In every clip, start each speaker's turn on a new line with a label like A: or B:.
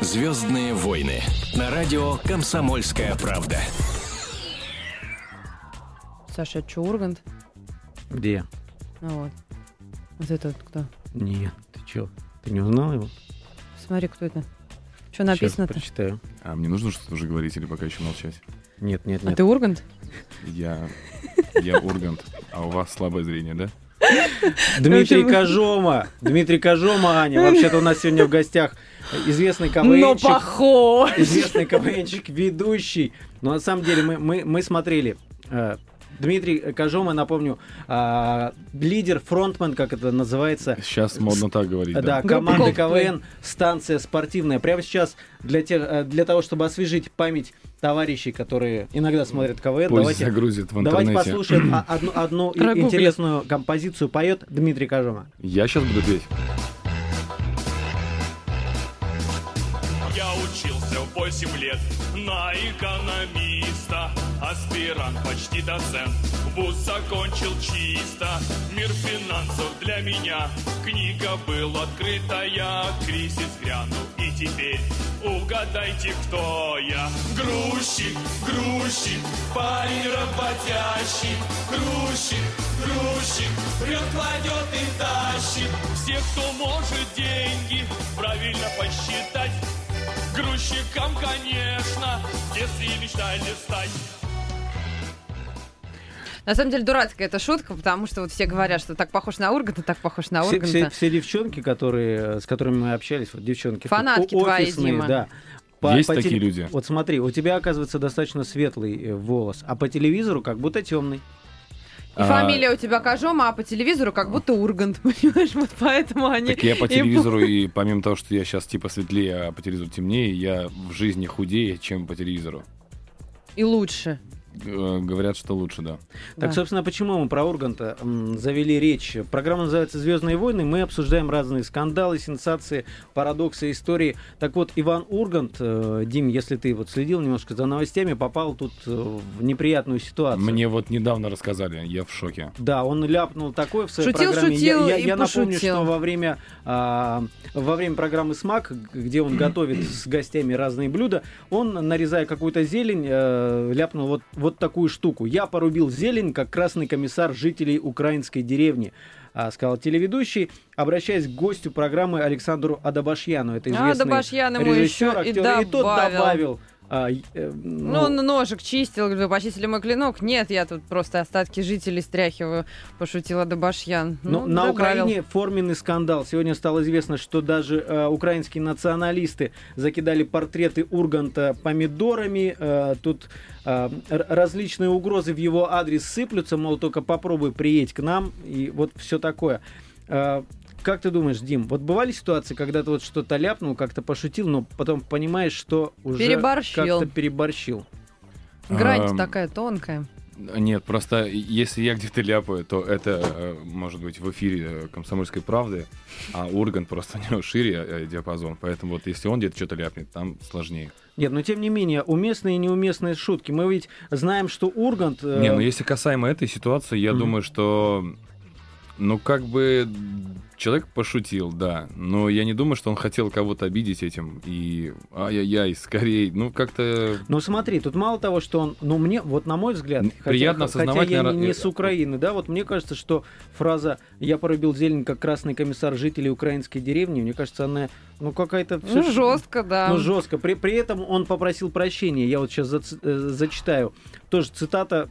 A: «Звездные войны» на радио «Комсомольская правда».
B: Саша, это что, Ургант?
C: Где?
B: Ну вот. Вот это вот кто?
C: Нет, ты чё? Ты не узнал его?
B: Смотри, кто это. Что
C: Сейчас
B: написано-то?
C: прочитаю.
D: А мне нужно что-то уже говорить или пока еще молчать?
C: Нет, нет,
B: А
C: нет.
B: ты Ургант?
D: Я... Я Ургант, а у вас слабое зрение, да?
C: Дмитрий
B: Это вы-
C: Кожома! Дмитрий Кожома, Аня. Вообще-то у нас сегодня в гостях известный
B: Но
C: КВНчик.
B: похож!
C: Известный КВНчик, ведущий. Но на самом деле мы, мы, мы смотрели... э, Дмитрий Кожома, напомню, а, лидер, фронтмен, как это называется,
D: Сейчас модно так говорить,
C: Да,
D: да?
B: Группа
C: команда
B: Coldplay.
C: КВН, станция спортивная. Прямо сейчас для, тех, э, для того, чтобы освежить память товарищей, которые иногда смотрят КВН,
D: Пусть
C: давайте,
D: загрузит в
C: давайте
D: интернете.
C: послушаем а- одну, одну и-
B: Прогугли.
C: интересную композицию. Поет Дмитрий Кожома.
D: Я сейчас буду петь.
E: Я учился 8 лет на экономиста Аспирант, почти доцент, вуз закончил чисто Мир финансов для меня, книга был открытая Кризис грянул и теперь угадайте, кто я Грузчик, грузчик, парень работящий Грузчик, грузчик, врет, кладет и тащит Все, кто может деньги правильно посчитать Грузчикам, конечно, если мечтали стать.
B: На самом деле дурацкая эта шутка, потому что вот все говорят, что так похож на Урганта, так похож на
C: Все,
B: Урганта.
C: все- все девчонки, которые, э, с которыми мы общались, вот девчонки.
B: Фанатки
C: о-
B: твои,
C: офисные,
B: Дима.
C: Да.
D: Есть такие люди?
C: Вот смотри, у тебя оказывается достаточно светлый э, волос, а по телевизору как будто темный.
B: И
D: А,
B: фамилия у тебя Кожома, а по телевизору как будто Ургант, понимаешь? Вот поэтому они...
D: А, Так я по
B: и-
D: телевизору, и помимо того, что я сейчас типа светлее, а по телевизору темнее, я в жизни худее, чем по телевизору.
B: И лучше.
D: Г- Говорят, что лучше, да.
C: Так,
B: Да.
C: собственно, почему мы про Урганта м, завели речь? Программа называется «Звездные войны». Мы обсуждаем разные скандалы, сенсации, парадоксы, истории. Так вот, Иван Ургант, э, Дим, если ты вот следил немножко за новостями, попал тут э, в неприятную ситуацию.
D: Мне вот недавно рассказали, я в шоке.
C: Да, он ляпнул такое в своей
B: Шутил,
C: программе.
B: шутил
C: я я-
B: и
C: я напомню,
B: пошутил.
C: что во время, а, во время программы «Смак», где он готовит с гостями разные блюда, он, нарезая какую-то зелень, э, ляпнул вот, вот такую штуку. «Я порубил зелень, как красный комиссар жителей украинской деревни», а, сказал телеведущий, обращаясь к гостю программы Александру Адабашьяну. Это известный
B: Адабашьян ему еще
C: режиссер,
B: и
C: актер. И, тот
B: добавил.
C: добавил... а, и, э, ну,
B: Ну, он ножик чистил, говорю, почистили мой клинок. Нет, я тут просто остатки жителей стряхиваю, пошутила Добашьян.
C: Но
B: Ну,
C: на
B: добавил.
C: Украине форменный скандал. Сегодня стало известно, что даже э, украинские националисты закидали портреты Урганта помидорами. Э, тут э, р- различные угрозы в его адрес сыплются, мол, только попробуй приедь к нам и вот все такое. Э, как ты думаешь, Дим, вот бывали ситуации, когда ты вот что-то ляпнул, как-то пошутил, но потом понимаешь, что уже
B: Переборщил.
C: как-то переборщил?
B: Грань
D: Эм,
B: такая тонкая.
D: Нет, просто если я где-то ляпаю, то это э, может быть в эфире э, «Комсомольской правды», а Ургант просто у него шире э, диапазон, поэтому вот если он где-то что-то ляпнет, там сложнее.
C: Нет, но тем не менее, уместные и неуместные шутки. Мы ведь знаем, что Ургант... э,
D: Не, ну если касаемо этой ситуации, я
C: Мгм.
D: думаю, что ну как бы человек пошутил, да, но я не думаю, что он хотел кого-то обидеть этим и ай-яй-яй, скорее, ну как-то
C: Ну смотри, тут мало того, что он, ну мне, вот на мой взгляд,
D: Н-
C: хотя-
D: приятно
C: хотя,
D: осознавать,
C: я
D: наверно,
C: не
D: э,
C: с Украины, да, вот мне кажется, что фраза «я порубил зелень, как красный комиссар жителей украинской деревни», мне кажется, она, ну какая-то... всё
B: Ну,
C: ж-
B: жестко, да.
C: Ну жестко. При, при этом он попросил прощения, я вот сейчас зачитаю. Тоже цитата...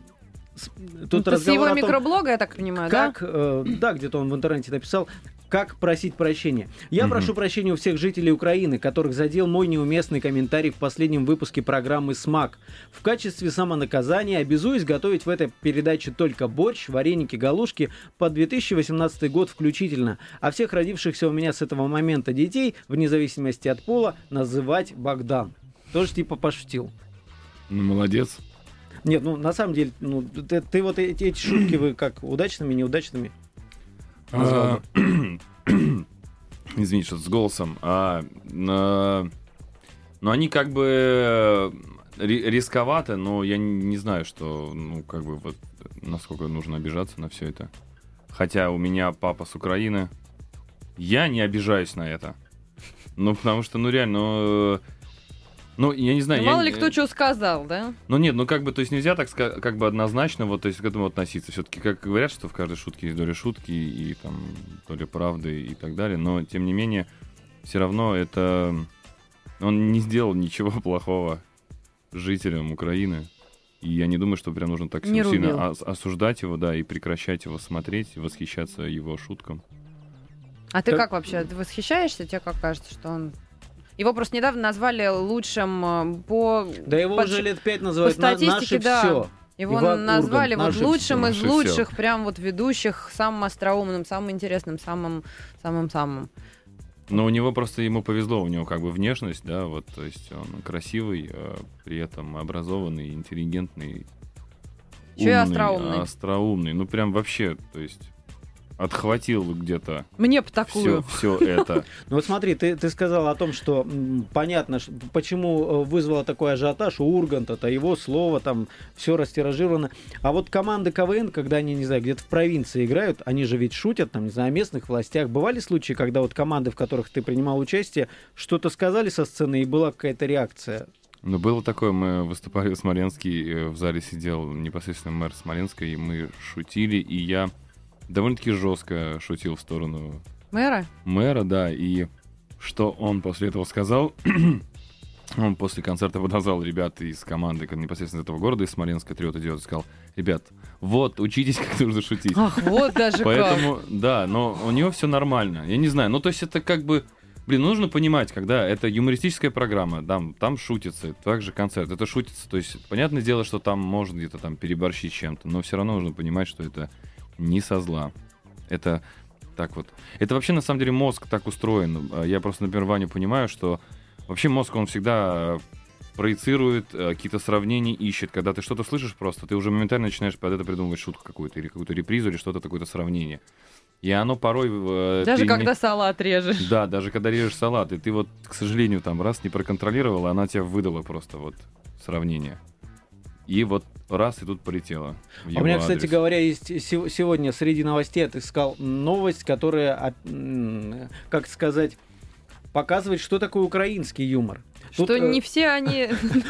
C: с-
B: Ну,
C: Тут
B: ты с его
C: разговор о том,
B: микроблога, я так понимаю, А, да?
C: как, э, да, где-то он в интернете написал, как просить прощения. Я
D: Мгм.
C: прошу прощения у всех жителей Украины, которых задел мой неуместный комментарий в последнем выпуске программы «Смак». В качестве самонаказания обязуюсь готовить в этой передаче только борщ, вареники, галушки по 2018 год включительно, а всех родившихся у меня с этого момента детей, вне зависимости от пола, называть Богдан. Тоже типа пошутил.
D: ну, молодец.
C: Нет, ну на самом деле, ну, ты, ты вот эти, эти шутки вы как удачными, неудачными? Назвал
D: А, Извини, что с голосом. А, на- Ну, они как бы э, ри- рисковаты, но я не не знаю, что, ну, как бы вот насколько нужно обижаться на все это. Хотя у меня папа с Украины. Я не обижаюсь на это. Ну, потому что, ну, реально, э, ну, я не знаю.
B: Ну,
D: я
B: мало
D: не-
B: ли кто что сказал, да?
D: Ну нет, ну как бы, то есть нельзя так ска- как бы однозначно вот, то есть к этому относиться. Все-таки как говорят, что в каждой шутке есть доля шутки и там доля правды и так далее, но тем не менее все равно это он не сделал ничего плохого жителям Украины. И я не думаю, что прям нужно так
B: Не рубил.
D: сильно ос- осуждать его, да, и прекращать его смотреть, и восхищаться его шуткам.
B: А ты
C: Так-
B: как вообще? Ты восхищаешься? Тебе как кажется, что он... Его просто недавно назвали лучшим э, по...
C: Да его
B: под-
C: уже лет пять называют
B: по
C: на-
B: статистике,
C: наше
B: да.
C: все.
B: Его
C: Иван Ургант,
B: назвали вот
C: наше
B: лучшим
D: всё,
B: из
D: наше
B: лучших, прям вот ведущих, самым остроумным, самым интересным, самым, самым, самым.
D: Но у него просто ему повезло, у него как бы внешность, да, вот, то есть он красивый, э, при этом образованный, интеллигентный.
B: Ещё и остроумный.
D: а Остроумный, ну прям вообще, то есть отхватил где-то
B: Мне бы
D: все,
B: такую.
D: все это.
C: Ну вот смотри, ты, ты сказал о том, что м, понятно, ш- почему э, вызвало такой ажиотаж у Урганта-то, его слово там, все растиражировано. А вот команды КВН, когда они, не знаю, где-то в провинции играют, они же ведь шутят там, не знаю, о местных властях. Бывали случаи, когда вот команды, в которых ты принимал участие, что-то сказали со сцены и была какая-то реакция?
D: Ну было такое, мы выступали в Смоленске, э, в зале сидел непосредственно мэр Смоленска, и мы шутили, и я довольно-таки жестко шутил в сторону
B: Мэра?
D: мэра, да, и что он после этого сказал. Он после концерта подозвал ребят из команды как непосредственно из этого города, из Смоленска, триота идет, и сказал, ребят, вот, учитесь, как нужно шутить.
B: Ах, вот даже как.
D: Поэтому, да, но у него все нормально. Я не знаю, ну то есть это как бы... Блин, ну, нужно понимать, когда это юмористическая программа, там, там шутится, также концерт, это шутится. То есть, понятное дело, что там можно где-то там переборщить чем-то, но все равно нужно понимать, что это не со зла. Это так вот. Это вообще, на самом деле, мозг так устроен. Э, Я просто, например, Ваню понимаю, что вообще мозг, он всегда э, проецирует, э, какие-то сравнения ищет. Когда ты что-то слышишь просто, ты уже моментально начинаешь под это придумывать шутку какую-то, или какую-то репризу, или что-то, такое-то сравнение. И оно порой... э,
B: Даже
D: ты не-
B: когда салат режешь.
D: Да, даже когда режешь салат, и ты вот, к сожалению, там раз не проконтролировала, она тебя выдала просто вот сравнение. И вот раз, и тут полетело. в
C: А у меня,
D: его
C: кстати
D: адрес.
C: говоря, есть сего- сегодня среди новостей, я так сказал, новость, которая, а, м, как сказать, показывает, что такое украинский юмор. Тут,
B: Что
C: э,
B: не все они...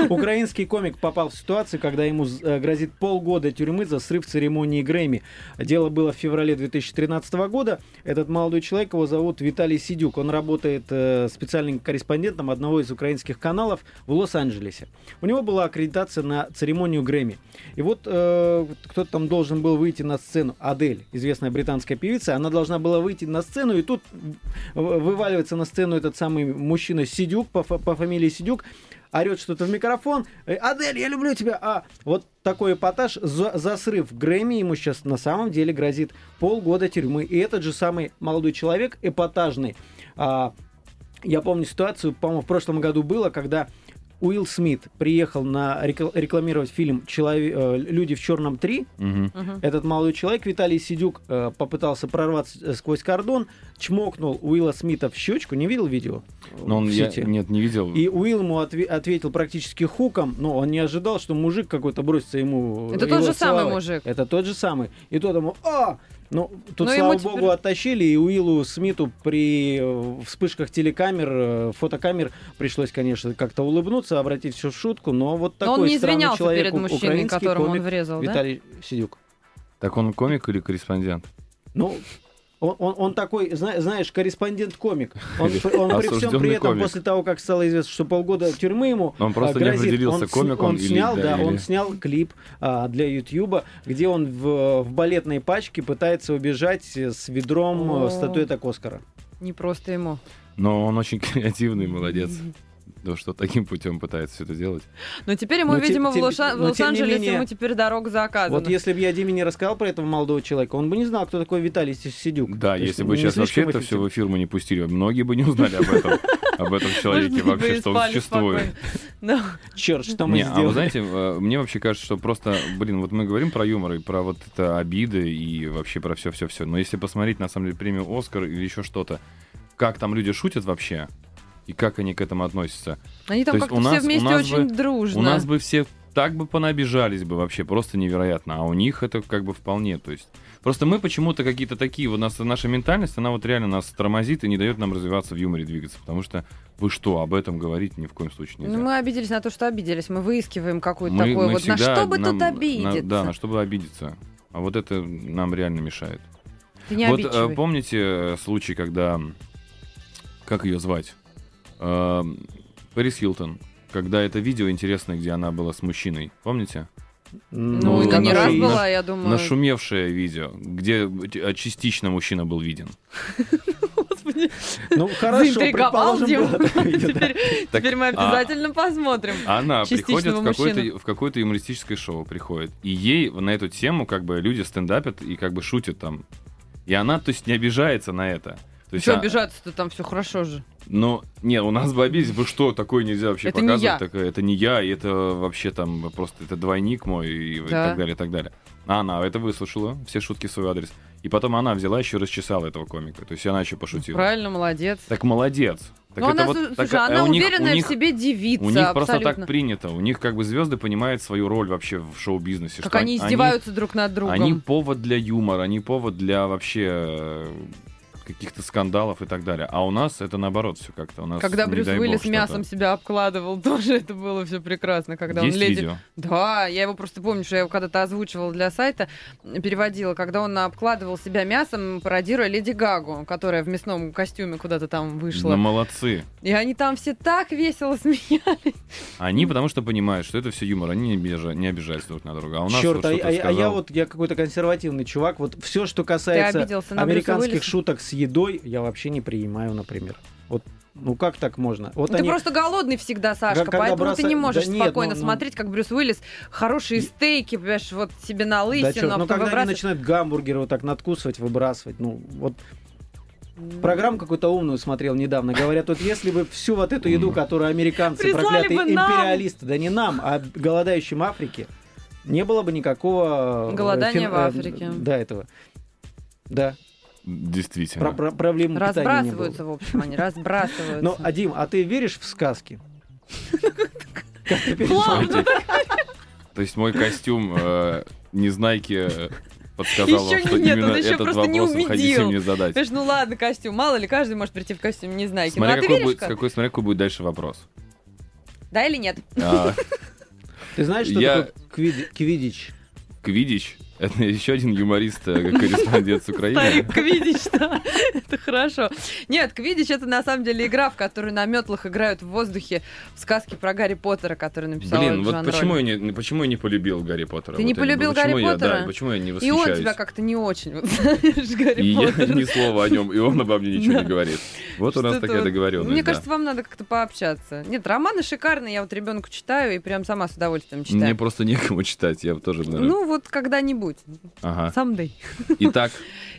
C: Украинский комик попал в ситуацию, когда ему э, грозит полгода тюрьмы за срыв церемонии Грэмми. Дело было в феврале 2013 года. Этот молодой человек, его зовут Виталий Сидюк. Он работает э, специальным корреспондентом одного из украинских каналов в Лос-Анджелесе. У него была аккредитация на церемонию Грэмми. И вот э, кто-то там должен был выйти на сцену. Адель, известная британская певица, она должна была выйти на сцену, и тут в- вываливается на сцену этот самый мужчина Сидюк, по, фа- по фамилии Сидюк, орет что-то в микрофон. э, Адель, я люблю тебя! А вот такой эпатаж за, за срыв Грэмми ему сейчас на самом деле грозит полгода тюрьмы. И этот же самый молодой человек, эпатажный, а, я помню ситуацию, по-моему, в прошлом году было, когда Уилл Смит приехал на рекл- рекламировать фильм «Челове- э, «Люди в черном 3»,
D: Мгм.
B: Мгм.
C: этот молодой человек, Виталий Сидюк, э, попытался прорваться э, сквозь кордон, чмокнул Уилла Смита в щечку. Не видел видео? э,
D: Но Ну, он,
C: в
D: я,
C: сети?
D: нет, не видел.
C: И Уилл ему отве- ответил практически хуком, но он не ожидал, что мужик какой-то бросится ему. э,
B: Это тот
C: его
B: же самый
C: целовать.
B: мужик.
C: Это тот же самый. И тот ему, а! Ну, тут,
B: Но
C: слава
B: ему теперь-
C: богу, оттащили, и Уиллу Смиту при э, вспышках телекамер, э, фотокамер пришлось, конечно, как-то улыбнуться, обратить все в шутку, но вот
B: Но
C: такой
B: он не
C: странный
B: извинялся
C: человек,
B: перед
C: у-
B: мужчиной,
C: украинский
B: которому он
C: комик
B: врезал, да?
C: Виталий Сидюк.
D: Так он комик или корреспондент?
C: Ну, он, он- он такой, зна- знаешь, корреспондент-комик. Он, он при всем при
D: Осужденный
C: этом,
D: комик.
C: после того, как стало известно, что полгода тюрьмы ему
D: Он просто
C: а,
D: не
C: грозит,
D: определился,
C: он с-
D: комик он
C: он
D: или-
C: снял,
D: да,
C: да,
D: или-
C: он снял клип а, для Ютьюба, где он в, в балетной пачке пытается убежать с ведром
B: О.
C: э, статуэток Оскара.
B: Не просто ему.
D: Но он очень креативный, молодец. То, что таким путем пытается все это делать.
B: Но теперь ему,
C: Но те-
B: видимо, в
C: тем-
B: Лоша- в
C: но тем не
B: Лос-Анджелесе
C: менее-
B: ему теперь дорога заказана.
C: Вот если бы я Диме не рассказал про этого молодого человека, он бы не знал, кто такой Виталий Си- Сидюк.
D: Да,
C: То есть
D: если бы
C: не
D: сейчас вообще
C: слишком
D: это все
C: эффективно.
D: в эфир мы не пустили, многие бы не узнали об этом, об этом
B: Может
D: человеке
B: быть, бы
D: вообще,
B: и
D: что он
B: спали
D: существует.
B: спокойно. Ну,
C: Черт, что мы
D: Не, а
C: сделали.
D: вы знаете, э, мне вообще кажется, что просто, блин, вот мы говорим про юмор и про вот это обиды и вообще про все-все-все. Но если посмотреть, на самом деле, премию Оскар или еще что-то, как там люди шутят вообще и как они к этому относятся.
B: Они там
D: То есть
B: как-то
D: у
B: все
D: нас- у
B: вместе
D: нас
B: очень
D: бы-
B: дружно.
D: У нас бы все так бы понабежались бы вообще просто невероятно. А у них это как бы вполне. То есть просто мы почему-то какие-то такие, вот нас, наша ментальность, она вот реально нас тормозит и не дает нам развиваться в юморе двигаться. Потому что вы что, об этом говорить ни в коем случае нельзя.
B: Ну, мы обиделись на то, что обиделись. Мы выискиваем какую-то
D: Мы-
B: такую
D: мы
B: вот... На
D: всегда
B: что бы
D: нам-
B: тут
D: на-
B: обидеться?
D: да, на что бы обидеться. А вот это нам реально мешает.
B: Ты не
D: вот э,
B: обидчивый.
D: помните э, случай, когда... м, Как ее звать? Эм, Пэрис Хилтон. Когда это видео интересное, где она была с мужчиной. Помните?
B: Ну,
D: Ну,
B: это не
D: на-
B: раз
D: на-
B: была, я думаю.
D: Нашумевшее видео, где э, частично мужчина был виден.
B: Господи,
C: Ну, хорошо,
B: Заинтриговал
C: предположим,
B: Дима.
C: было такое, да.
B: Теперь
D: Так,
B: теперь мы
D: а-
B: обязательно посмотрим.
D: Она приходит
B: Частичного
D: в
B: мужчину.
D: какое-то, в какое-то юмористическое шоу, приходит. И ей на эту тему как бы люди стендапят и как бы шутят там. И она, то есть, не обижается на это. То есть,
B: Что
D: а-
B: обижаться-то там все хорошо же.
D: Но, не, у нас бы обиделись, вы что, такое нельзя вообще
B: Это не
D: показывать?
B: я.
D: Такое, это не я, и это вообще там просто, это двойник мой, и,
B: Да.
D: так далее, и так далее. А она это выслушала, все шутки в свой адрес. И потом она взяла еще расчесала этого комика, то есть она еще пошутила.
B: Правильно, молодец.
D: Так молодец. Так
B: Ну,
D: это
B: она,
D: вот-
B: слушай,
D: так, а
B: она
D: у них- у
B: уверенная
D: них-
B: в себе девица
D: У них просто
B: абсолютно.
D: так принято. У них как бы звезды понимают свою роль вообще в шоу-бизнесе.
B: как
D: что
B: они издеваются друг над другом.
D: Они повод для юмора, они повод для вообще э, каких-то скандалов и так далее. А у нас это наоборот все как-то. У нас,
B: Когда
D: не
B: Брюс
D: дай
B: Уиллис
D: бог,
B: мясом
D: что-то.
B: себя обкладывал, тоже это было все прекрасно, когда
D: Есть
B: он леди.
D: видео?
B: Да, я его просто помню, что я его когда-то озвучивала для сайта, переводила, когда он обкладывал себя мясом, пародируя Леди Гагу, которая в мясном костюме куда-то там вышла.
D: Ну, молодцы.
B: И они там все так весело смеялись.
D: Они потому что понимают, что это все юмор, они не, обижа- не обижаются друг на друга. А у нас
C: Черт,
D: вот
C: а,
D: что-то
C: а- а я
D: сказал.
C: вот я какой-то консервативный чувак. Вот все, что
B: Ты
C: касается
B: обиделся на Брюса
C: американских
B: Уиллиса?
C: шуток с едой, я вообще не принимаю, например. Вот, ну как так можно? Вот
B: Ты
C: они-
B: просто голодный всегда, Сашка,
C: когда
B: поэтому ты
C: бросаю-
B: не можешь
C: Да нет,
B: спокойно
C: ну, ну.
B: смотреть, как Брюс Уиллис хорошие
C: И-
B: стейки, понимаешь, вот себе на
C: Да
B: лысину,
C: чёрт,
B: а
C: ну
B: потом
C: когда они
B: выбрасывает.
C: начинают гамбургеры вот так надкусывать, выбрасывать, ну вот Программу какую-то умную смотрел недавно. Говорят, вот если бы всю вот эту еду, которую американцы,
B: Прислали
C: проклятые
B: бы нам.
C: империалисты, да не нам, а голодающим Африке, не было бы никакого... э,
B: Голодания
C: фен-
B: в
C: э,
B: Африке.
C: Да, этого. Да,
D: Действительно.
C: про- про- проблем питания не было.
B: Разбрасываются, в общем, они
C: Ну,
B: разбрасываются.
C: а, Дим, а ты веришь в сказки? Как ты веришь?
D: Смотрите. То есть мой костюм э, незнайки э, подсказал вам,
B: Ещё
D: что
B: не- нет, он
D: именно
B: ещё
D: этот
B: просто не
D: вопрос вы хотите
B: убедил.
D: мне задать.
B: Понимаешь, ну ладно, костюм, мало ли, каждый может прийти в костюм, не знаю. Ну, а
D: Смотри,
B: ты
D: какой
B: веришь,
D: будет,
B: как-
D: какой, смотри, какой будет дальше вопрос.
B: да или нет?
D: А,
C: Ты знаешь, что
D: Я-
C: такое квиди- квидич?
D: Квидич — это еще один юморист, э, корреспондент с Украины.
B: Старик Квидич, да, это хорошо. Нет, Квидич это на самом деле игра, в которую на метлах играют в воздухе в сказке про Гарри Поттера, которую написал
D: Блин, вот почему я, не, почему я не полюбил Гарри Поттера?
B: Ты не
D: Вот именно.
B: полюбил
D: Почему
B: Гарри
D: я-
B: Поттера?
D: Да, почему я не
B: И он
D: восхищаюсь?
B: тебя как-то не очень, вот, знаешь,
D: И
B: Гарри
D: я
B: Поттер.
D: ни слова о нем, и он обо мне ничего не говорит. Вот у нас
B: Что-то
D: такая
B: вот-
D: договоренность.
B: Мне
D: да.
B: кажется, вам надо как-то пообщаться. Нет, романы шикарные, я вот ребенку читаю и прям сама с удовольствием
D: Мне
B: читаю.
D: просто некому читать, я тоже, наверное.
B: Ну вот когда-нибудь,
D: ага.
B: someday.
D: Итак,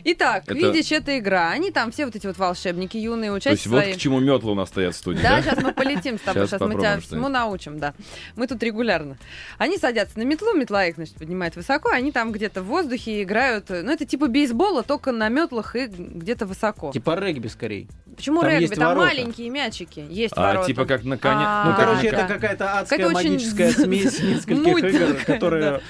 B: Итак,
D: Это-
B: Квидич это игра. Они там все вот эти вот волшебники юные
D: то
B: участники
D: есть вот к чему метла у нас стоят в студии,
B: Да,
D: да?
B: сейчас мы полетим с тобой,
D: Щас
B: сейчас мы тебя
D: попробуем что-нибудь.
B: всему научим, да. Мы тут регулярно. Они садятся на метлу, метла их, значит, поднимает высоко, они там где-то в воздухе играют. э, Ну, это типа бейсбола, только на метлах и где-то высоко.
C: Типа регби скорее.
B: Почему
C: там
B: регби?
C: есть
B: Там
C: ворота.
B: маленькие мячики, есть
D: А
B: ворота.
D: типа как на коне.
B: А,
C: Ну,
D: как
C: короче,
D: на
B: да.
C: это какая-то адская
B: Какая-то очень
C: магическая смесь нескольких
B: муть
C: игр,
B: такая,
C: которые,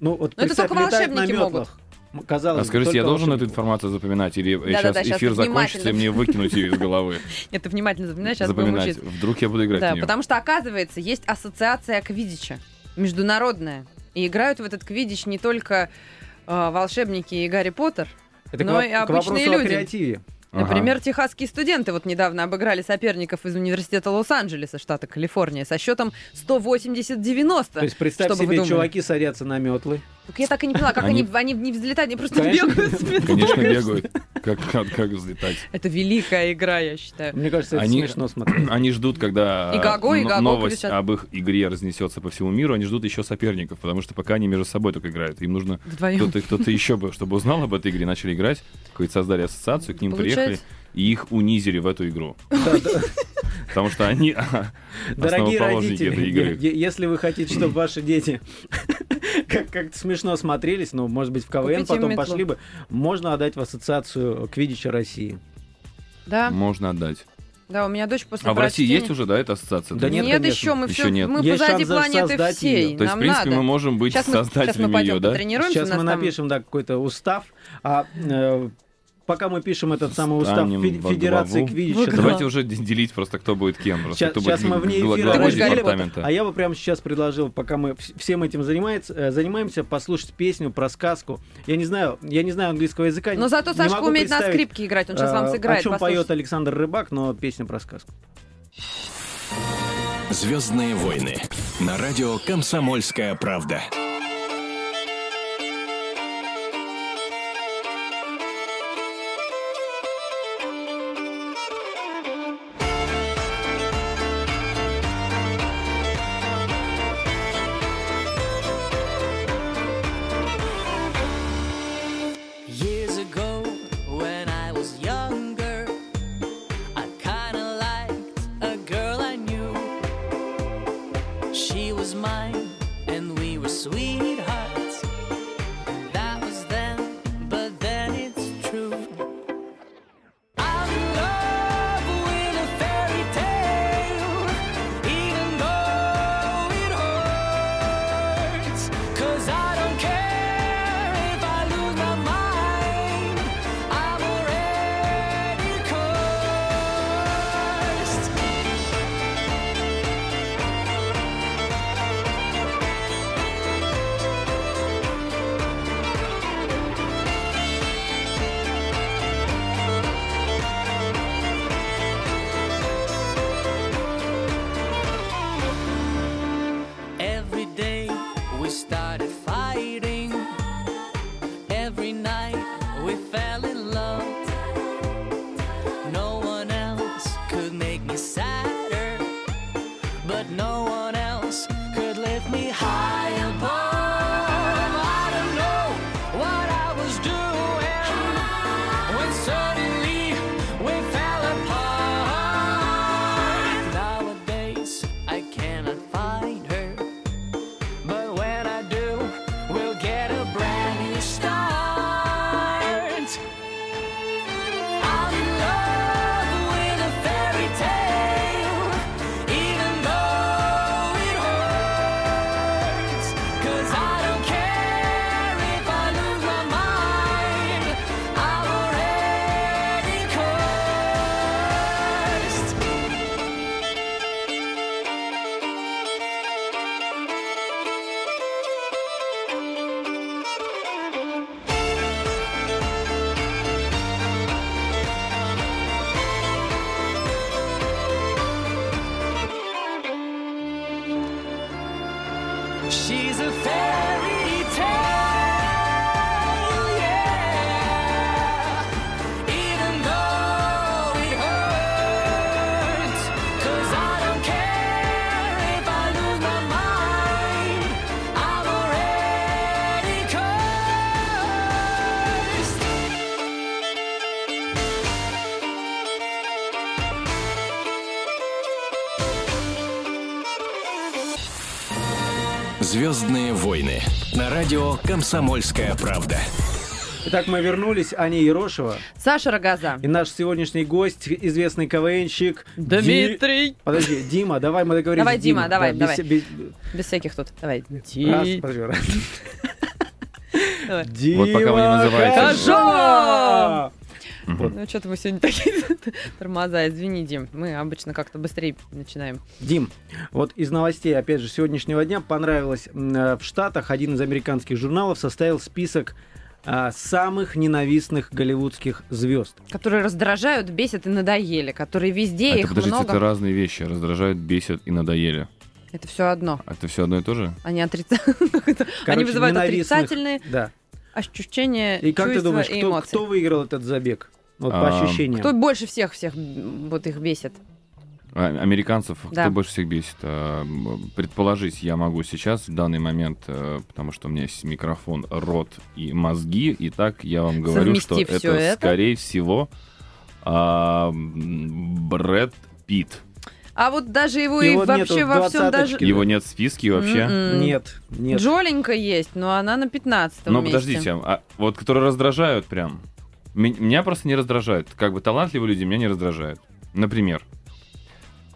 C: ну, вот
B: Но это
C: представь,
B: только
C: летают на
B: волшебники
C: метлах. М, Казалось
D: А
C: бы,
D: скажите, я
C: только
D: должен эту
C: волшебники.
D: информацию запоминать, или
B: Да-да-да,
D: сейчас
B: щас
D: эфир
B: ты
D: закончится, и мне
B: внимательно.
D: выкинуть ее из головы?
B: Нет, ты внимательно запоминай, сейчас будем
D: Запоминать.
B: учиться.
D: Вдруг я буду играть
B: Да,
D: в нее.
B: потому что, оказывается, есть ассоциация квидича, международная. И играют в этот квидич не только э, волшебники и Гарри Поттер,
C: Это
B: Ну
C: к,
B: и
C: воп- к
B: обычные
C: вопросу о
B: люди.
C: креативе.
D: Ага.
B: Например, техасские студенты вот недавно обыграли соперников из университета Лос-Анджелеса, штата Калифорния, со счетом 180-90.
C: То есть представь
B: Что бы вы
C: себе,
B: думали?
C: чуваки садятся на метлы.
B: Так я так и не поняла, как они,
D: Они-
B: они не взлетают, они просто
C: Конечно.
B: бегают. с метлой.
D: Конечно, бегают. Как, как, как взлетать?
B: Это великая игра, я считаю.
C: Мне кажется, это
D: Они-
C: смешно смотреть.
D: Они ждут, когда
B: И Гаго, и
D: н-
B: Гаго
D: новость
B: кричат.
D: об их игре разнесется по всему миру, они ждут еще соперников, потому что пока они между собой только играют. Им нужно
B: Вдвоем.
D: кто-то кто еще бы, чтобы узнал об этой игре, начали играть, какой-то создали ассоциацию, к ним
B: Получается.
D: приехали и их унизили в эту игру.
C: Да, да.
D: Потому что они а,
C: Дорогие
D: основоположники этой
C: родители,
D: игры.
C: е- е- если вы хотите, чтобы ваши дети как- как-то смешно смотрелись, ну, может быть, в КВН
B: Купите им
C: потом
B: метлу.
C: пошли бы, можно отдать в ассоциацию Квидича России.
B: Да.
D: Можно отдать.
B: Да, у меня дочь после
D: А в России
B: прочтения-
D: есть уже, да, эта ассоциация?
C: Да
D: Думаю,
C: нет,
B: Нет,
C: конечно.
B: еще мы
D: Еще
B: все,
D: нет.
B: мы
C: Есть
B: позади
C: шанс
B: планеты
C: создать
B: всей.
C: ее.
D: То есть,
B: Нам
D: в принципе,
B: надо.
D: мы можем быть
B: сейчас мы, сейчас мы
D: создателями
B: пойдем
D: ее, да?
B: потренируемся.
C: Сейчас
B: у нас
C: мы
B: там-
C: напишем, да, какой-то устав. А э, пока мы пишем этот самый устав
D: Встанем
C: Фе-
D: во
C: Федерации
D: главу.
B: Во
C: Квиддича,
B: главу.
D: Давайте уже де- делить просто, кто будет кем. Просто
C: Сейчас,
D: кто будет
C: мы вне
D: гла-
C: эфира
D: главой
B: Ты говоришь,
D: департамента.
C: А я бы прямо сейчас предложил, пока мы вс- всем этим занимается, э, занимаемся, послушать песню про сказку. Я не знаю, я не знаю английского языка.
B: Но
C: не-
B: зато
C: не
B: Сашка
C: могу
B: умеет на
C: представить,
B: скрипке играть, он сейчас
C: э,
B: вам сыграет.
C: О чем
B: послушайте.
C: поет Александр Рыбак, но песня про сказку.
A: Звездные войны. На радио Комсомольская правда.
F: Years ago, when I was younger, I kinda liked a girl I knew. She was mine, and we were sweethearts. That was then, but then it's true. I'm in love with a fairy tale, even though it hurts. 'Cause I don't care if I lose my mind. I'm already cursed. Every day we started fighting. Every night we fell in love. No one else could make me sadder. But no one else could lift me high above. I don't know what I was doing when suddenly we fell apart. Nowadays, I cannot find her, but when I do, we'll get a brand new start. I'm in love with a fairy tale, even though it hurts. 'Cause I don't care if I lose my mind. I'm already cursed. She's a fairy tale, yeah. Even though it hurts, 'cause I don't care if I lose my mind. I'm already cursed.
A: Звездные войны. На радио Комсомольская правда.
C: Итак, мы вернулись. Аня Ерошева
B: Саша Рогоза.
C: и наш сегодняшний гость, известный КВНщик Ди-
B: Дмитрий.
C: Подожди, Дима, давай мы договоримся.
B: Давай, Дима, давай,
C: без-
B: давай.
C: без-
B: Без всяких тут. Давай.
C: Раз, подожди, раз.
B: Давай.
C: Дима
D: Вот пока вы не называете.
C: Кожа!
B: Ну, что-то вы сегодня такие тормоза, извини, Дим. Мы обычно как-то быстрее начинаем.
C: Дим, вот из новостей, опять же, сегодняшнего дня понравилось м, э, в Штатах один из американских журналов составил список а, самых ненавистных голливудских звезд.
B: Которые раздражают, бесят и надоели. Которые везде,
D: А это,
B: их
D: подождите,
B: много.
D: это разные вещи. Раздражают, бесят и надоели.
B: Это все одно.
D: А это все одно и то же?
B: Они отрицательные. Они
C: Короче,
B: вызывают
C: ненавистных,
B: отрицательные
C: Да.
B: ощущения,
C: И как ты
B: чувства
C: думаешь,
B: и
C: кто,
B: эмоции.
C: кто выиграл этот забег? Вот по
D: А,
C: ощущениям.
B: Кто больше всех всех м, вот их бесит?
D: А, Американцев
B: Да.
D: кто больше всех бесит? А, м, Предположить я могу сейчас, в данный момент, э, потому что у меня есть микрофон, рот и мозги. И так я вам говорю, что
B: Совместив всё
D: это,
B: это?
D: скорее всего, а, м, Брэд Питт.
B: А вот даже его и
C: Его нету
B: вообще
C: в
B: во всем даже...
C: двадцаточке.
D: Его нет в списке вообще.
B: М-м.
C: Нет, нет.
B: Джоленька есть, но она на 15
D: Но
B: месте.
D: подождите, а вот которые раздражают прям. Ме- Меня просто не раздражают. Как бы талантливые люди меня не раздражают. Например.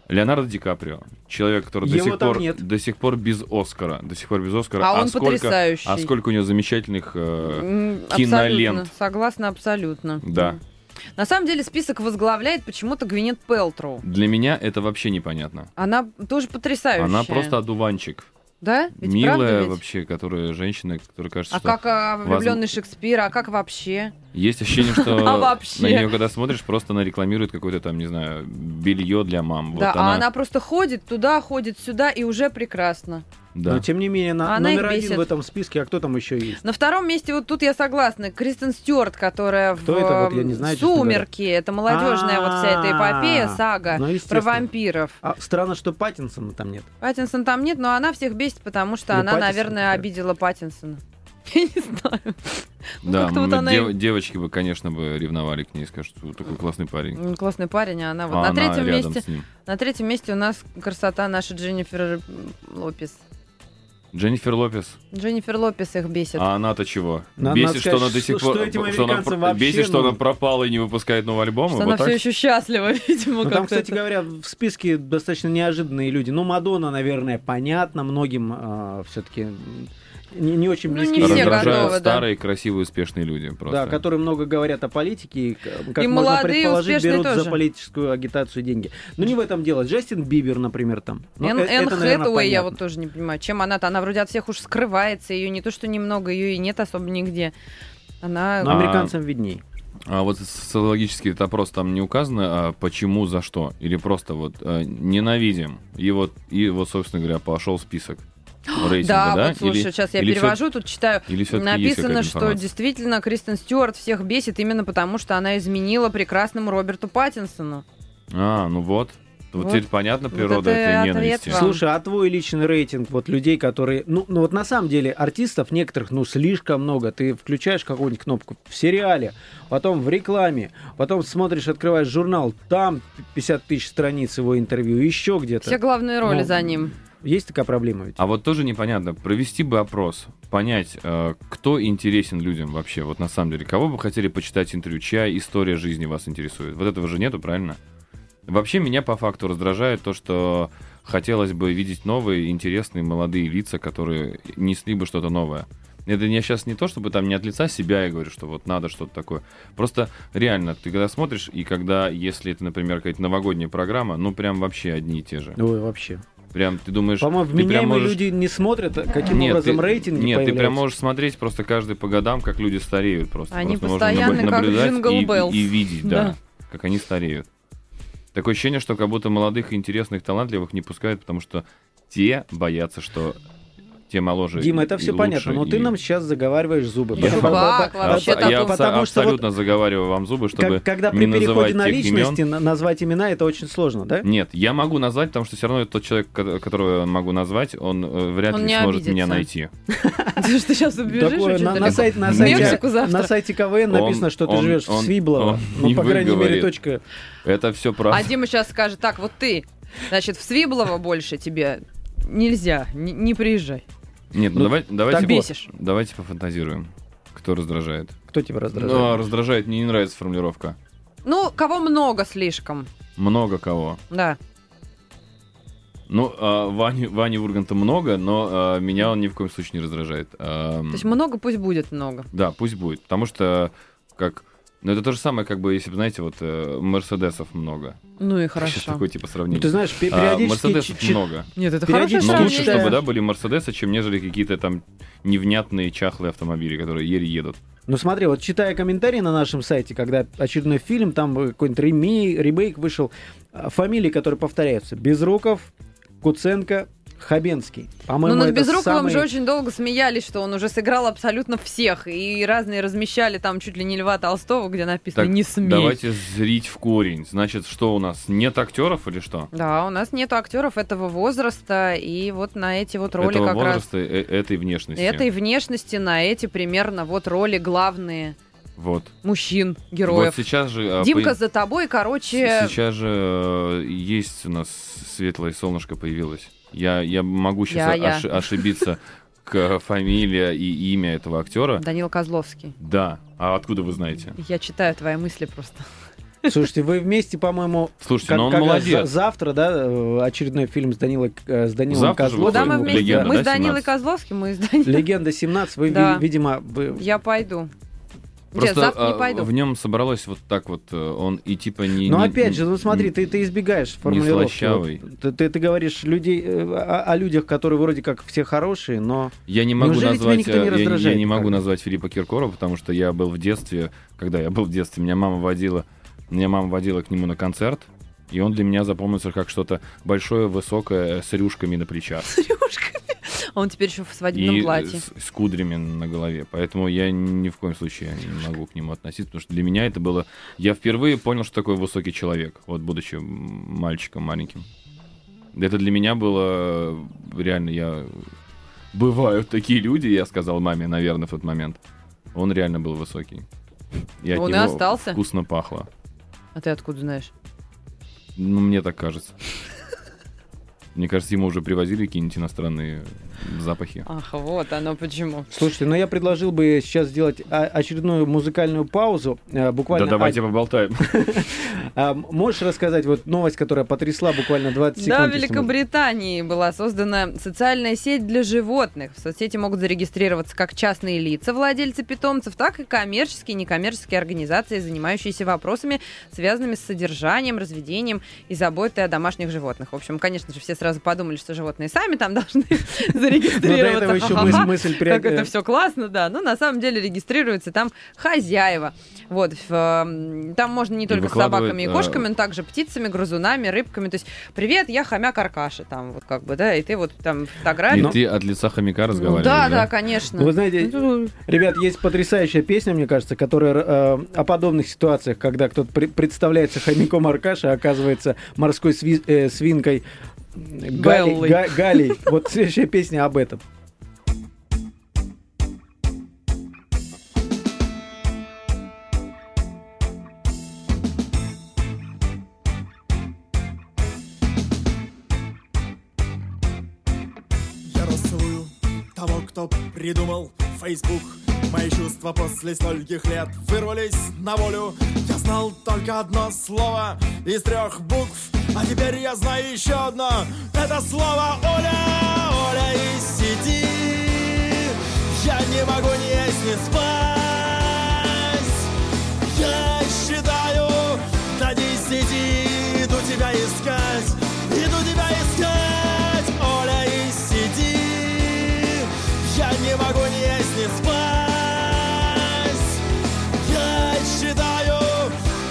D: Леонардо Ди Каприо, человек, который до
C: Его
D: сих,
C: там
D: пор,
C: нет.
D: до сих пор без Оскара, до сих пор без Оскара.
B: А он
D: сколько,
B: потрясающий.
D: А сколько у него замечательных э,
B: М,
D: кинолент.
B: Абсолютно, согласна абсолютно.
D: Да.
B: На самом деле список возглавляет почему-то Гвинет Пелтроу.
D: Для меня это вообще непонятно.
B: Она тоже потрясающая.
D: Она просто одуванчик.
B: Да? Ведь правда
D: Милая
B: ведь?
D: вообще, которая женщина, которая кажется,
B: А
D: что
B: как а,
D: возм-
B: влюбленный Шекспир, а как вообще?
D: есть ощущение, что
B: А вообще?
D: на нее, когда смотришь, просто она рекламирует какое-то там, не знаю, белье для мам.
B: да,
D: вот
B: а она просто ходит туда, ходит сюда, и уже прекрасно.
D: да.
C: Но тем не менее, на-
B: Она их
C: номер один
B: бесит.
C: в этом списке, а кто там еще есть?
B: На втором месте, вот тут я согласна, Кристен Стюарт, которая
C: Кто
B: в
C: это? Вот я
B: эм,
C: не знаю, честно говоря.
B: «Сумерки». Это молодежная вот вся эта эпопея,
C: А,
B: сага
C: ну,
B: про
C: естественно.
B: вампиров.
C: А, странно, что Паттинсона там нет.
B: Паттинсон там нет, но она всех бесит, потому что
C: Или
B: она,
C: Паттинсон,
B: наверное,
C: например.
B: обидела Паттинсона. Я не знаю. Ну,
D: Да,
B: как-то вот
D: м,
B: она
D: дев-
B: и-
D: девочки бы, конечно, бы ревновали к ней, скажут, что такой классный парень.
B: М, Классный парень, а она вот.
D: А
B: Ну, на
D: она
B: третьем
D: рядом
B: месте.
D: с ним.
B: На третьем месте у нас красота наша Дженнифер м, Лопес.
D: Дженнифер Лопес.
B: Дженнифер Лопес их бесит.
D: А она-то чего?
C: Надо
D: бесит,
C: сказать,
D: что она до сих
C: Ну, что-
D: пор...
C: что этим
D: она,
C: американцам
D: пр-
C: вообще,
D: бесит, что
C: ну-
D: она пропала и не выпускает нового альбома?
B: Что
D: ну, вот
B: она
D: так?
B: все еще счастлива, видимо,
C: Ну,
B: как-то.
C: там, кстати
B: это.
C: говоря, в списке достаточно неожиданные люди. Ну, Мадонна, наверное, понятно, многим все-таки не, не очень
B: Ну,
C: близкие.
B: не все
C: люди.
D: Раздражают
B: готовы, да.
D: старые, красивые, успешные люди просто.
C: Да, которые много говорят о политике и, к- как
B: И
C: можно
B: молодые,
C: предположить,
B: успешные
C: берут за
B: тоже.
C: политическую агитацию деньги. Но не в этом дело. Джастин Бибер, например, там. Ну,
B: Энн
C: э-
B: Энн
C: это, наверное,
B: Хэтэуэй, я
C: понятно.
B: вот тоже не понимаю, чем она-то. Она вроде от всех уж скрывается, ее не то что немного, ее и нет особо нигде. Она...
C: Но
D: А,
C: американцам видней.
D: А вот социологический этот опрос там не указано, а почему, за что? Или просто вот э, ненавидим. И вот, и вот, собственно говоря, пошел список рейтинга,
B: да,
D: да?
B: вот слушай,
D: Или-
B: сейчас я
D: или всё-
B: перевожу, тут читаю.
D: или всё-таки есть
B: Написано,
D: какая-то
B: что
D: информация?
B: действительно Кристен Стюарт всех бесит именно потому, что она изменила прекрасному Роберту Паттинсону.
D: А, ну вот. Вот,
B: Вот.
D: теперь понятна
B: Вот
D: природа
B: это
D: этой
B: ответ
D: ненависти.
B: вам.
C: Слушай, а твой личный рейтинг вот людей, которые... Ну, ну вот на самом деле артистов некоторых, ну, слишком много. Ты включаешь какую-нибудь кнопку в сериале, потом в рекламе, потом смотришь, открываешь журнал, там 50 тысяч страниц его интервью, еще где-то.
B: Все главные роли
C: Ну,
B: за ним.
C: Есть такая проблема ведь?
D: А вот тоже непонятно, провести бы опрос, понять, э, кто интересен людям вообще, вот на самом деле, кого бы хотели почитать интервью, чья история жизни вас интересует. Вот этого же нету, правильно? Вообще меня по факту раздражает то, что хотелось бы видеть новые, интересные, молодые лица, которые несли бы что-то новое. Это я сейчас не то, чтобы там не от лица себя я говорю, что вот надо что-то такое. Просто реально, ты когда смотришь, и когда, если это, например, какая-то новогодняя программа, ну прям вообще одни и те же.
C: Ой, вообще.
D: Прям ты думаешь...
C: Ну, По-моему,
D: ты прям
C: вменяемые
D: можешь-
C: люди не смотрят, каким
D: нет,
C: образом
D: ты,
C: рейтинги
D: Нет, ты прям
C: появляются.
D: можешь смотреть просто каждый по годам, как люди стареют просто.
B: Они
D: Просто можно
B: постоянно
D: наб-
B: как
D: наблюдать
B: Jingle
D: и-
B: Bells.
D: и, видеть, да,
B: Да.
D: как они стареют. Такое ощущение, что как будто молодых, интересных, талантливых не пускают, потому что те боятся, что те моложе.
C: Дима,
D: и-
C: это
D: и
C: все
D: лучше,
C: понятно, но ты
D: и-
C: нам сейчас заговариваешь зубы.
D: Я-
C: Потому-
B: Чувак,
C: по- по-
D: А,
B: вообще
C: по-
D: а я
B: такого.
D: абсо-
C: Потому что вот
D: абсолютно заговариваю вам зубы, чтобы
C: как- когда
D: не
C: при переходе
D: называть
C: на
D: тех имен.
C: личности на- назвать имена, это очень сложно, да?
D: Нет, я могу назвать, потому что все равно тот человек, ко- которого я могу назвать, он э, вряд
B: Он
D: ли
B: не
D: сможет меня
B: обидится.
D: найти.
B: Ты что, сейчас убежишь
C: Такое,
B: очень
C: на, на
B: далеко?
C: сайте, на,
D: В
C: сайте,
B: Мексику завтра.
C: на сайте КВН
D: Он-
C: написано, что ты
D: он-
C: живешь
D: он-
C: в Свиблово.
D: он
C: Ну,
D: не
C: по крайней мере,
D: выговорит.
C: точка.
D: Это все правда.
B: А Дима сейчас скажет, так, вот ты, значит, в Свиблова больше тебе нельзя, не, не приезжай.
D: Нет, ну,
C: Ну,
D: давай- давайте,
B: так бесишь.
D: давайте пофантазируем. Кто раздражает?
C: Кто тебя раздражает?
D: Ну, а раздражает, мне не нравится формулировка.
B: Ну, кого много слишком,
D: Много кого.
B: да.
D: Ну, а, Вани, Вани Урганта много, но а, меня он ни в коем случае не раздражает. Ам,
B: То есть много пусть будет много.
D: Да, пусть будет. Потому что, как... Ну, это то же самое, как бы, если бы, знаете, вот э, Мерседесов много.
B: Ну и
D: Сейчас
B: хорошо.
D: такое, типа,
C: Ну,
D: сравнение.
C: ты знаешь, пе-
D: А,
C: периодически...
D: Мерседесов
C: чи- чи-
D: много.
B: Нет, это
C: Периодически
B: хорошее
D: Но
C: сравнение.
D: лучше, чтобы,
B: сравнение.
D: да, были Мерседесы, чем нежели какие-то там невнятные, чахлые автомобили, которые еле едут.
C: Ну смотри, вот читая комментарии на нашем сайте, когда очередной фильм, там э, какой-нибудь реми- ремейк вышел, а, фамилии, которые повторяются. Безруков, Куценко, Хабенский.
B: Ну,
C: По-моему,
B: над
C: это
B: Безруковым
C: самые-
B: же очень долго смеялись, что он уже сыграл абсолютно всех. И разные размещали там чуть ли не Льва Толстого, где написано
D: Так,
B: «Не смей».
D: давайте зрить в корень. Значит, что у нас, нет актеров или что?
B: Да, у нас нету актеров этого возраста, и вот на эти вот роли
D: этого
B: как раз...
D: возраста, э- этой внешности.
B: Этой внешности на эти примерно вот роли главные
D: Вот.
B: мужчин, героев.
D: Вот сейчас же... а,
B: Димка,
D: появ-
B: за тобой, короче...
D: с- Сейчас же э, есть у нас светлое солнышко появилось. Я, я могу сейчас
B: Я- я.
D: ош- ошибиться к э, фамилия и имя этого актера.
B: Данил Козловский.
D: Да. А откуда вы знаете?
B: Я читаю твои мысли просто.
C: Слушайте, вы вместе, по-моему,
D: Слушайте,
C: как-
D: ну он
C: как раз
D: молодец.
C: за- завтра, да, э, очередной фильм с Данилой, э, с Данилом
D: Завтра же
C: Козловым.
B: Куда мы
D: Легенда,
B: вместе? мы
D: да,
B: с Данилой
D: 17?
B: Козловским, мы с Данилой.
C: Легенда 17, вы, ви-
B: Да.
C: видимо, вы-
B: Я пойду. Нет,
D: Просто
B: завтра
D: а,
B: не пойду.
D: в нем собралось вот так вот, э, он и типа не...
C: Но
D: не-
C: опять
D: не-
C: же, ну смотри, ты, ты избегаешь формулировки.
D: слащавый.
C: Вот Ты, ты- ты говоришь людей, э, о, о людях, которые вроде как все хорошие, но...
D: Я не могу
C: Неужели тебя
D: назвать,
C: никто
D: э,
C: не
D: я- я,
C: раздражает
D: не могу
C: как-то?
D: назвать Филиппа Киркорова, потому что я был в детстве, когда я был в детстве, меня мама водила, меня мама водила к нему на концерт, и он для меня запомнился как что-то большое, высокое, с рюшками на плечах
B: А Он теперь еще в свадебном
D: и э,
B: платье.
D: с, с кудрями на голове. Поэтому я ни в коем случае не могу к нему относиться, потому что для меня это было... Я впервые понял, что такое высокий человек, вот будучи м, мальчиком маленьким. Это для меня было... Реально, я... Бывают такие люди, я сказал маме, наверное, в тот момент. Он реально был высокий. И от
B: Он и
D: него
B: остался?
D: вкусно пахло.
B: А ты откуда знаешь?
D: Ну, мне так кажется. Мне кажется, ему уже привозили какие-нибудь иностранные запахи.
B: Ах, вот оно почему.
C: Слушайте, ну я предложил бы сейчас сделать о- очередную музыкальную паузу. э, Буквально...
D: Да давайте поболтаем.
C: А, м- можешь рассказать вот новость, которая потрясла буквально 20 секунд?
B: Да, в
C: если можно?
B: Великобритании была создана социальная сеть для животных. В соцсети могут зарегистрироваться как частные лица, владельцы питомцев, так и коммерческие и некоммерческие организации, занимающиеся вопросами, связанными с содержанием, разведением и заботой о домашних животных. В общем, конечно же, все сразу подумали, что животные сами там должны
C: Но Ну, до этого
B: зарегистрироваться.
C: еще
B: Ха-ха-ха.
C: мыс- мысль при-
B: Как
C: э,
B: это все классно, да. Но на самом деле регистрируются там хозяева. Вот, в, эм, там можно не
D: И
B: только с
D: выкладывают,
B: собаками и
D: э,
B: кошками, но также птицами, грызунами, рыбками. То есть, привет, я хомяк Аркаша, там вот как бы, да, и ты вот там
D: И
B: фотографии.
D: ты от лица хомяка
B: Ну,
D: разговариваешь,
B: да, да,
D: да?
B: конечно.
C: Ну, Вы знаете, ребят, есть потрясающая песня, мне кажется, которая э, о подобных ситуациях, когда кто-то пре- представляется хомяком Аркаша, а оказывается морской сви- э, свинкой Гали-
B: Беллой.
C: Га- Галей. Вот следующая песня об этом.
G: Я расцелую того, кто придумал Facebook Мои чувства после стольких лет вырвались на волю Я знал только одно слово из трех букв А теперь я знаю еще одно Это слово Оля, Оля из сети Я не могу ни есть, ни спать я считаю до десяти Иду тебя искать, иду тебя искать Оля, и сиди Я не могу ни есть, ни спать Я считаю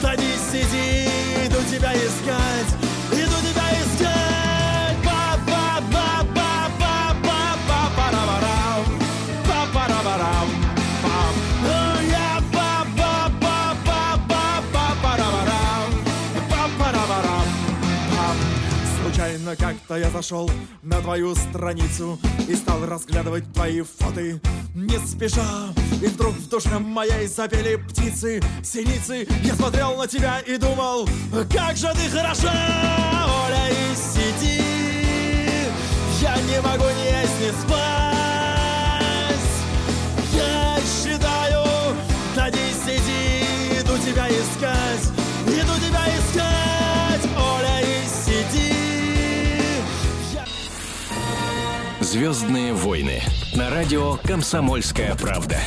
G: до десяти Иду тебя искать, иду тебя искать Ба-ба-ба-ба-ба-ба-ба-барам Ба-барам-барам Пам. Ну, я Ба-ба-ба-ба-ба-ба-барабарам, ба-барабарам, бам. Случайно как-то я зашел на твою страницу И стал разглядывать твои фото не спеша И вдруг в душе моей запели птицы, синицы Я смотрел на тебя и думал, как же ты хороша, Оля из сети Я не могу ни есть, ни спать я считаю до десяти Иду тебя искать, иду тебя искать Оля из сети Я-
A: Звездные войны на радио Комсомольская правда.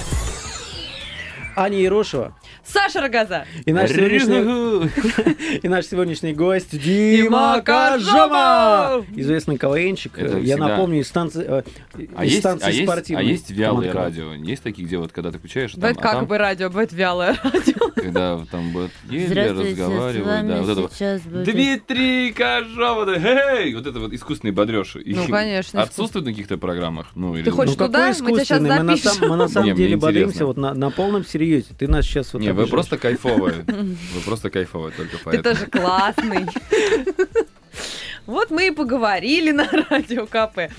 C: Аня Ерошева
B: Саша Рогоза.
C: и наш сегодняшний, и наш сегодняшний гость Дима
B: Дима Коржова!
C: Коржова! Известный КВНщик,
D: Это
C: э, я
D: всегда.
C: напомню, из станции, э, из
D: А есть, а,
C: станции
D: есть, а
C: спортивной.
D: есть вялые
C: команды
D: радио. Есть такие, где вот когда ты включаешь, там,
B: Бывает
D: а
B: как
D: там,
B: бы радио, бывает вялое радио.
D: когда там будет еле
H: Здравствуйте, с
D: разговаривают,
H: вами
D: да, вот это вот.
H: сейчас будет...
D: Дмитрий Кожова, да, эй! Вот это вот искусственный бодрёж. И
B: Ну, конечно,
D: Отсутствует на каких-то программах? Ну, или...
B: Ты
C: Ну
B: хочешь-
C: какой
B: туда? Мы тебя щас
C: искусственный? Мы на
B: запишем.
C: сам- мы на
D: Не,
C: самом
D: мне
C: деле
D: интересно.
C: бодримся вот на на полном серьезе. Ты нас сейчас вот
D: Не, вы
C: обижаешь.
D: просто кайфовые. Вы просто кайфовые только
B: Ты
D: поэтому.
B: тоже классный. Вот мы и поговорили на радио КП.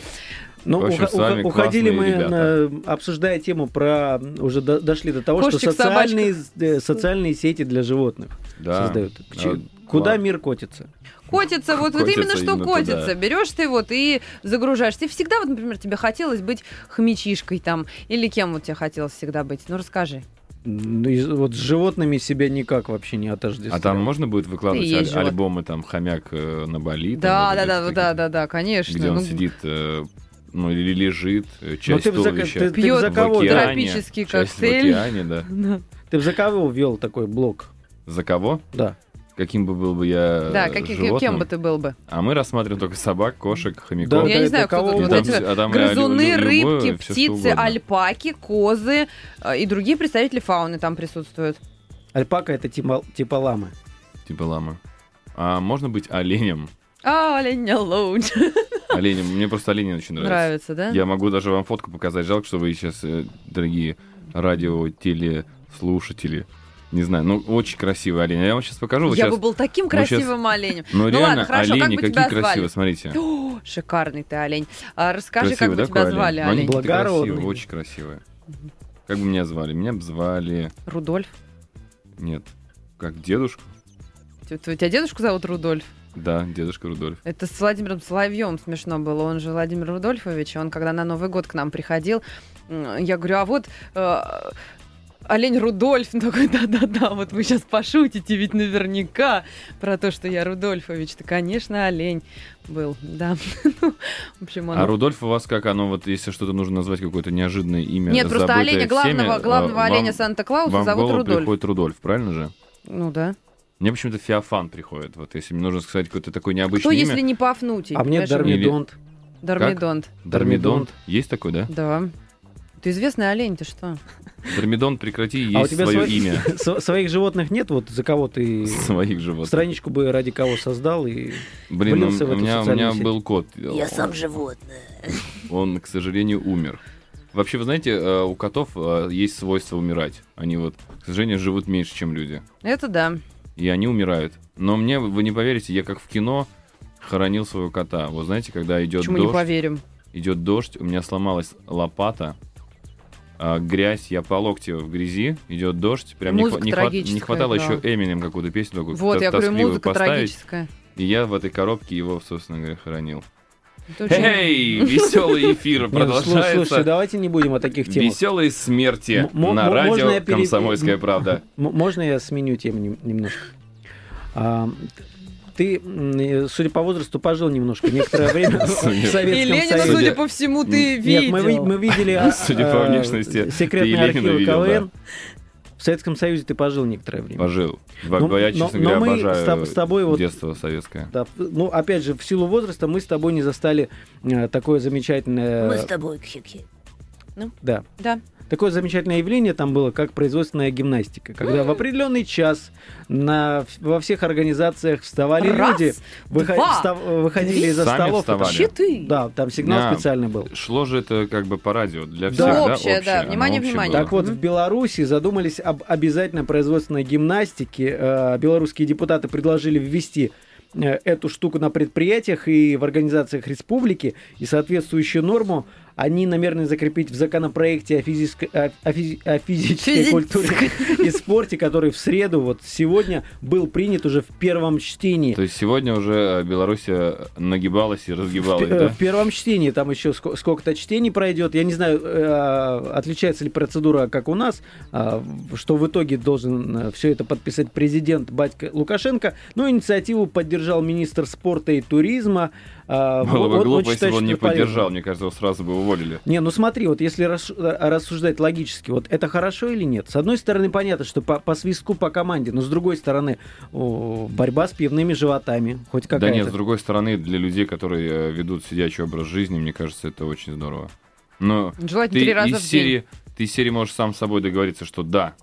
C: Ну,
D: В общем,
C: уха-
D: с вами
C: уха- уходили мы,
D: классные ребята.
C: э, обсуждая тему про... Уже до- дошли до того, что
B: Кошечек,
C: социальные, э, социальные сети для животных
D: Да.
C: создают.
D: А,
C: Че- Куда
D: ладно.
C: мир котится?
B: Котится, вот, вот
D: Котится
B: именно что
D: именно
B: котится.
D: туда.
B: Берешь ты вот и загружаешь. Ты всегда, вот, например, тебе хотелось быть хомячишкой там. Или кем вот тебе хотелось всегда быть? Ну, расскажи.
C: Ну, и вот с животными себя никак вообще не отождествляю.
D: А там можно будет выкладывать
B: Ты есть
D: аль-
B: животное.
D: альбомы, там, хомяк э, на Бали? там,
B: Да,
D: вот
B: да,
D: эти
B: да,
D: такие,
B: да, да, да, конечно.
D: Где он
B: ну,
D: сидит, э, ну, или лежит, э,
C: Но
D: часть
C: Ну, ты, бы за,
D: туловища
C: ты- ты бы
B: Пьёт
C: за
D: в
C: кого?
D: океане,
B: Тропический
D: часть в
B: коктейль.
D: океане, да.
B: да.
C: Ты бы за кого ввел такой блок?
D: За кого?
C: Да.
D: Каким бы был бы я
B: Да,
D: э,
B: каки- кем
D: животным? Ну,
B: бы ты был бы?
D: А мы рассматриваем только собак, кошек,
C: Да,
D: хомяков.
B: Я
C: да,
B: не
C: да,
B: знаю, кто
C: кого
B: тут вот эти
C: угодно.
B: вот
D: а там
B: Грызуны,
D: реально лю- любое,
B: рыбки,
D: всё, что
B: птицы,
D: угодно.
B: альпаки, козы э, и другие представители фауны там присутствуют.
C: Альпака это типа, типа ламы.
D: Типа лама. А можно быть оленем?
B: А, олень лоуч.
D: Оленем. Мне просто олени очень нравятся.
B: Нравится, да?
D: Я могу даже вам фотку показать. Жалко, что вы сейчас, э, дорогие радио, телеслушатели, не знаю, ну очень красивый олень. Я вам сейчас покажу. Вы
B: Я
D: щас-
B: бы был таким
D: щас-
B: красивым оленем.
D: Ну,
B: Ну
D: реально,
B: ладно, хорошо, как
D: олени
B: бы тебя
D: какие
B: звали?
D: красивые, смотрите.
B: О, шикарный ты олень. А расскажи,
D: Красивый,
B: как бы
D: да,
B: тебя
D: какой
B: звали,
D: Ну, они
B: олень?
D: какие-то красивые,
C: Благородный.
D: Очень красивые. Как бы меня звали? Меня бы звали...
B: Рудольф.
D: Нет. Как дедушку?
B: Т- т- У тебя дедушку зовут Рудольф?
D: Да, дедушка Рудольф.
B: Это с Владимиром Соловьем смешно было. Он же Владимир Рудольфович, он когда на Новый год к нам приходил, м, я говорю, а вот э, олень Рудольф. Он такой, да-да-да, вот вы сейчас пошутите ведь наверняка про то, что я Рудольфович. Да, конечно, олень был, да. Ну, В общем, он...
D: А Рудольф у вас как оно, вот если что-то нужно назвать какое-то неожиданное имя,
B: Нет, просто
D: забытое
B: оленя,
D: всеми,
B: главного,
D: э,
B: главного
D: вам-
B: оленя Санта-Клауса
D: вам в
B: зовут
D: голову
B: Рудольф.
D: приходит Рудольф, правильно же?
B: Ну да.
D: Мне почему-то Феофан приходит. Вот если мне нужно сказать какое-то такое
B: Кто,
D: необычное имя.
B: если не Пафнутий?
C: А мне
B: понимаешь?
C: Дармидонт.
B: Дормидонт.
D: Дормидонт. Есть такой, да?
B: Да. Ты известный олень, ты что?
D: Дормидонт, прекрати
C: А у
D: есть
C: тебя
D: свое
C: сво-
D: имя.
C: Сво- Своих животных нет, вот за кого ты
D: Своих животных.
C: страничку бы ради кого создал и
D: Блин, ну,
C: влился
D: у,
C: в эту
D: меня, у
C: социальную
D: меня
C: сеть.
D: был кот. Я сам животное. Он, к сожалению, умер. Вообще, вы знаете, э, у котов э, есть свойство умирать. Они вот, к сожалению, живут меньше, чем люди.
B: Это да.
D: И они умирают. Но мне, вы не поверите, я как в кино хоронил своего кота. Вот знаете, когда идет
B: Почему не
D: дождь,
B: поверим?
D: идет дождь, у меня сломалась лопата, а, грязь, я по локти в грязи, идет дождь, прям не,
B: Музыка
D: хва- не хва- не
B: трагическая,
D: хватало
B: да.
D: еще Эминем какую-то песню такую
B: Вот,
D: т-
B: я говорю,
D: тоскливую
B: музыка
D: поставить,
B: трагическая.
D: и я в этой коробке его, собственно говоря, хоронил.
B: Это очень-
D: Эй, веселый эфир
C: Нет, ну, слу- Слушайте,
D: продолжается.
C: давайте не будем о таких темах.
D: Веселые смерти
C: М- м-
D: на
C: м- можно я
D: радио
C: пере-
D: «Комсомольская правда».
C: М- можно я сменю тему нем- немножко? А, ты, м, э, судя по возрасту, пожил немножко некоторое время в
D: Судя-
B: И
C: Советском
B: Ленина,
C: Союзе.
B: ну, судя по всему, ты
C: Нет, мы, ви-
B: видел.
C: мы видели а,
D: Судя по
C: а,
D: внешности, ты и
C: секретные
D: Ленина
C: архивы
D: видел,
C: КВН. В Советском Союзе ты пожил некоторое время.
D: Пожил. Во-
C: Но-
D: Я,
C: Ну, но-
D: честно
C: но
D: говоря,
C: мы с
D: обожаю
C: тоб- с тобой вот-
D: детство советское.
C: Да, ну, опять же, в силу возраста мы с тобой не застали э, такое замечательное...
H: Мы с тобой, Кхи-Кхи.
C: Да.
B: Да.
C: Такое замечательное явление там было, как производственная гимнастика, когда в определенный час на, в- во всех организациях вставали
B: Раз,
C: люди, выхо-
B: два,
C: встав- э, выходили из-за
D: Сами
C: столов.
D: вставали.
B: Щиты.
C: Да, там сигнал
D: Да.
C: специальный был.
D: Шло же это как бы по радио для
C: Да.
D: всех, да?
B: Общее, да.
D: Оно
B: Внимание,
D: общее
B: внимание.
D: было.
C: Так вот, в Беларуси задумались об обязательной производственной гимнастике. Э, Белорусские депутаты предложили ввести э, эту штуку на предприятиях и в организациях республики, и соответствующую норму они намерены закрепить в законопроекте о, физиск- о- о физи- о физической
B: Физической.
C: культуре и спорте, который в среду, вот сегодня, был принят уже в первом чтении.
D: То есть сегодня уже э, Белоруссия нагибалась и разгибалась,
C: Э,
D: да?
C: В первом чтении там еще ско- сколько-то чтений пройдет. Я не знаю, э, отличается ли процедура, как у нас, а, в- что в итоге должен все это подписать президент Батька Лукашенко. Но инициативу поддержал министр спорта и туризма. А,
D: Было
C: вот
D: бы
C: он
D: глупо, если
C: считает,
D: бы он
C: что
D: не
C: это полезно.
D: поддержал. Мне кажется, его сразу бы уволили.
C: Не, ну смотри, вот если рас- э, рассуждать логически, вот это хорошо или нет? С одной стороны, понятно, что по, по свистку по команде, но с другой стороны, о, борьба с пивными животами, хоть какая-то.
D: Да нет, с другой стороны, для людей, которые э, ведут сидячий образ жизни, мне кажется, это очень здорово. Но
B: Желательно
D: ты
B: три раза
D: из
B: в день.
D: серии, ты из серии можешь сам с собой договориться, что да,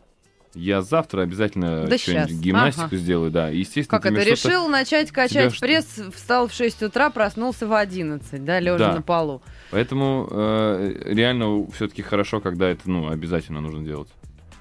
D: я завтра обязательно
B: Да
D: что-нибудь
B: щас.
D: гимнастику
B: Ага.
D: сделаю, да. И, Естественно,
B: Как
D: ты
B: это?
D: мне что-то-
B: Решил начать качать
D: что-
B: пресс, встал в 6 утра, проснулся в 11, да, лежа
D: Да.
B: на полу.
D: Поэтому э, реально все-таки хорошо, когда это ну обязательно нужно делать.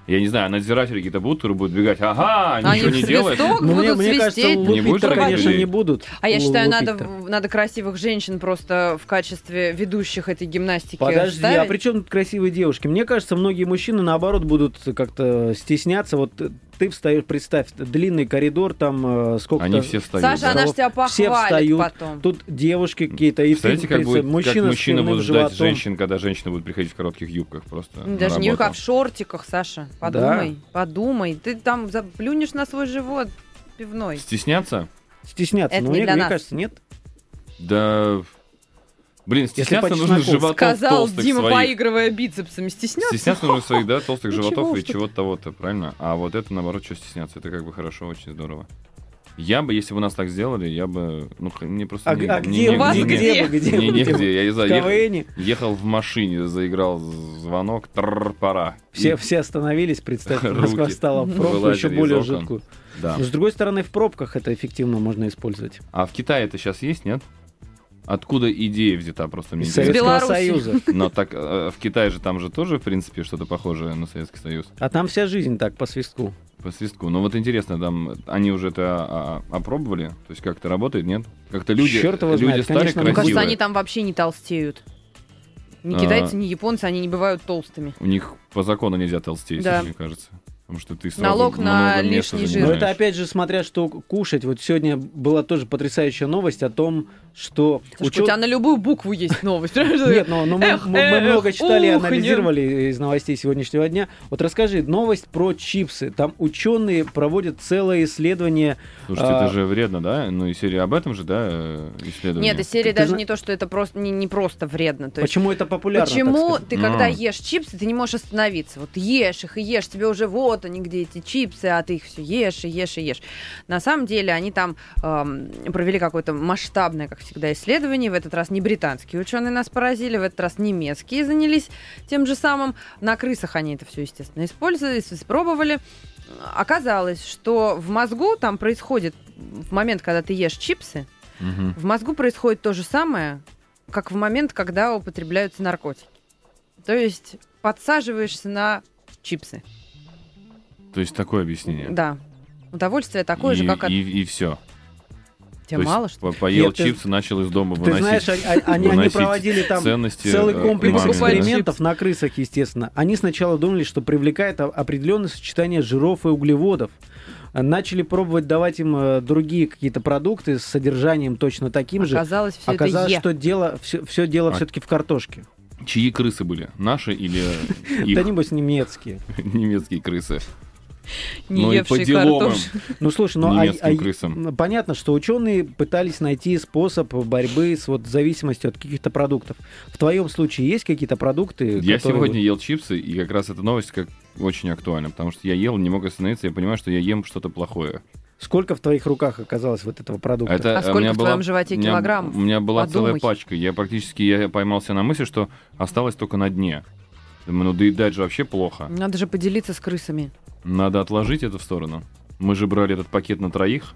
D: Я не знаю, надзиратели какие-то будут, которые будут бегать, ага, ничего
B: Они
D: не
B: в
D: делаешь.
B: свисток
C: Ну, мне,
B: будут
C: мне кажется,
B: свистеть.
D: Не будет
C: лупить-то,
D: таких
C: конечно,
D: людей?
C: не будут.
B: А я считаю, надо,
C: Лупить-то.
B: в- надо красивых женщин просто в качестве ведущих этой гимнастики
C: Подожди, а
B: ставить.
C: при чем тут красивые девушки? Мне кажется, многие мужчины, наоборот, будут как-то стесняться. Вот ты- ты встаешь, представь, длинный коридор, там э, сколько-то...
D: Они все встают.
B: Саша,
D: да.
B: она ж тебя
C: Все
B: похвалит
C: встают.
B: потом.
C: Тут девушки какие-то, и ты,
D: Представляете, как,
C: представь,
D: будет,
C: мужчина,
D: как
C: с
D: мужчины
C: длинным
D: будут ждать
C: животом.
D: женщин, когда женщина будет приходить в коротких юбках просто на
B: Даже не
D: работу?
B: юбка, а в шортиках, Саша. Подумай, подумай. Ты там заплюнешь на свой живот пивной.
D: Стесняться?
C: Стесняться.
B: Это
C: но
B: не
C: мне,
B: для
C: мне
B: нас.
C: кажется, нет.
D: Да... Блин, стесняться
C: по
D: нужно
C: чесноку.
D: животов
B: Сказал
D: толстых
B: Дима,
D: своих.
B: поигрывая бицепсами. Стесняться?
D: Стесняться нужно своих, да, толстых
B: Ничего
D: животов
B: уж
D: и
B: тут.
D: чего-то того-то, правильно? А вот это, наоборот, что стесняться, это как бы хорошо, очень здорово. Я бы, если бы нас так сделали, я бы... Ну, х- мне просто...
C: А,
D: не-
C: а
D: не-
C: где,
D: не-
C: вы,
B: вас
D: не- не-
C: где, вы, где,
D: не-
C: вы, где вы?
D: негде, я не
C: В
D: знаю, ех-
C: КВН
D: ехал в машине, заиграл з- звонок, тррр, пора.
C: все,
D: И-
C: все остановились, представьте,
D: Руки
C: Москва стала в пробку
D: вылазили
C: еще
D: из
C: более
D: окон.
C: жидкую.
D: Да.
C: Но, с другой стороны, в пробках это эффективно можно использовать.
D: А в Китае это сейчас есть, нет? Откуда идея взята, просто мне
C: Из
D: интересно.
C: Советского
B: Беларуси.
C: Союза.
D: Но так, э, в Китае же там же тоже, в принципе, что-то похожее на Советский Союз.
C: А там вся жизнь так, по свистку.
D: По свистку. Но вот интересно, там они уже это а, а, опробовали? То есть как это работает, нет? Как-то люди,
C: Чёрт его
D: люди
C: знает,
D: стали
C: конечно, мне
B: Мне
D: красивые.
B: Ну, кажется, они там вообще не толстеют. Ни
D: А.
B: китайцы, ни японцы, они не бывают толстыми.
D: У них по закону нельзя толстеть,
B: Да.
D: мне кажется. Потому что ты сразу
B: Налог на
D: много места
B: лишний жир.
C: Но
D: занимаешь.
C: Ну, это опять же смотря что кушать. Вот сегодня была тоже потрясающая новость о том, что
B: Сашка, У тебя на любую букву есть новость.
C: Нет, но, но мы,
B: ну, Эх,
C: мы- мы
B: эх,
C: много читали и
B: ух,
C: анализировали из новостей сегодняшнего дня. Вот расскажи новость про чипсы. Там ученые проводят целое исследование.
D: Слушайте,
C: а-
D: это же вредно, да? Ну и серия об этом же, да, э, исследование?
B: Нет, из серии
C: Ты
B: даже
C: зна-
B: не то, что это просто не, не просто вредно. То есть
C: Почему это популярно? так
B: Почему
C: сказать?
B: ты, когда
D: А.
B: ешь чипсы, ты не можешь остановиться? Вот ешь их и ешь, тебе уже вот они где эти чипсы, а ты их все ешь и ешь и ешь. На самом деле они там эм, провели какое-то масштабное, как всегда, исследование. В этот раз не британские ученые нас поразили, в этот раз немецкие занялись тем же самым. На крысах они это все, естественно, использовали, с- испробовали. Оказалось, что в мозгу там происходит в момент, когда ты ешь чипсы,
D: Мгм.
B: в мозгу происходит то же самое, как в момент, когда употребляются наркотики. То есть подсаживаешься на чипсы.
D: То есть такое объяснение.
B: Да. Удовольствие такое
D: и,
B: же, как от...
D: и, и все.
B: Тебе мало, что ли?
D: Поел
C: Нет, ты-
D: чипсы, начал из дома
C: Ты
D: выносить.
C: знаешь, а- а- они, они
D: выносить
C: проводили там
D: ценности,
C: целый
D: э,
C: комплекс
D: мамины, да?
B: покупать
C: экспериментов
B: чипсы.
C: на крысах, естественно. Они сначала думали, что привлекает о- определенное сочетание жиров и углеводов. А Начали пробовать давать им э, другие какие-то продукты с содержанием точно таким же.
B: Оказалось, все это
C: Оказалось,
B: Е.
C: что дело, все, дело
D: А-
C: все-таки в картошке.
D: Чьи крысы были? Наши или
C: Да
D: их
C: небось немецкие.
D: немецкие крысы?
B: Не
D: ну и по
B: евшие
D: делам им.
B: картош.
C: Ну слушай, ну а-
D: Немецким
C: а-
D: крысам.
C: м, понятно, что ученые пытались найти способ борьбы с вот зависимостью от каких-то продуктов. В твоем случае есть какие-то продукты?
D: Я
C: которые
D: сегодня
C: вот-
D: ел чипсы, и как раз эта новость как очень актуальна, потому что я ел, не мог остановиться, я понимаю, что я ем что-то плохое.
C: Сколько в твоих руках оказалось вот этого продукта?
D: Это,
B: А
D: э,
B: сколько
D: у меня
B: в
D: была-
B: твоем животе
D: у меня-
B: килограммов?
D: У меня была целая
B: Подумай.
D: пачка. Я практически я поймался на мысли, что осталось только на дне. Думаю, ну доедать же вообще плохо.
B: Надо же поделиться с крысами.
D: Надо отложить это в сторону. Мы же брали этот пакет на троих,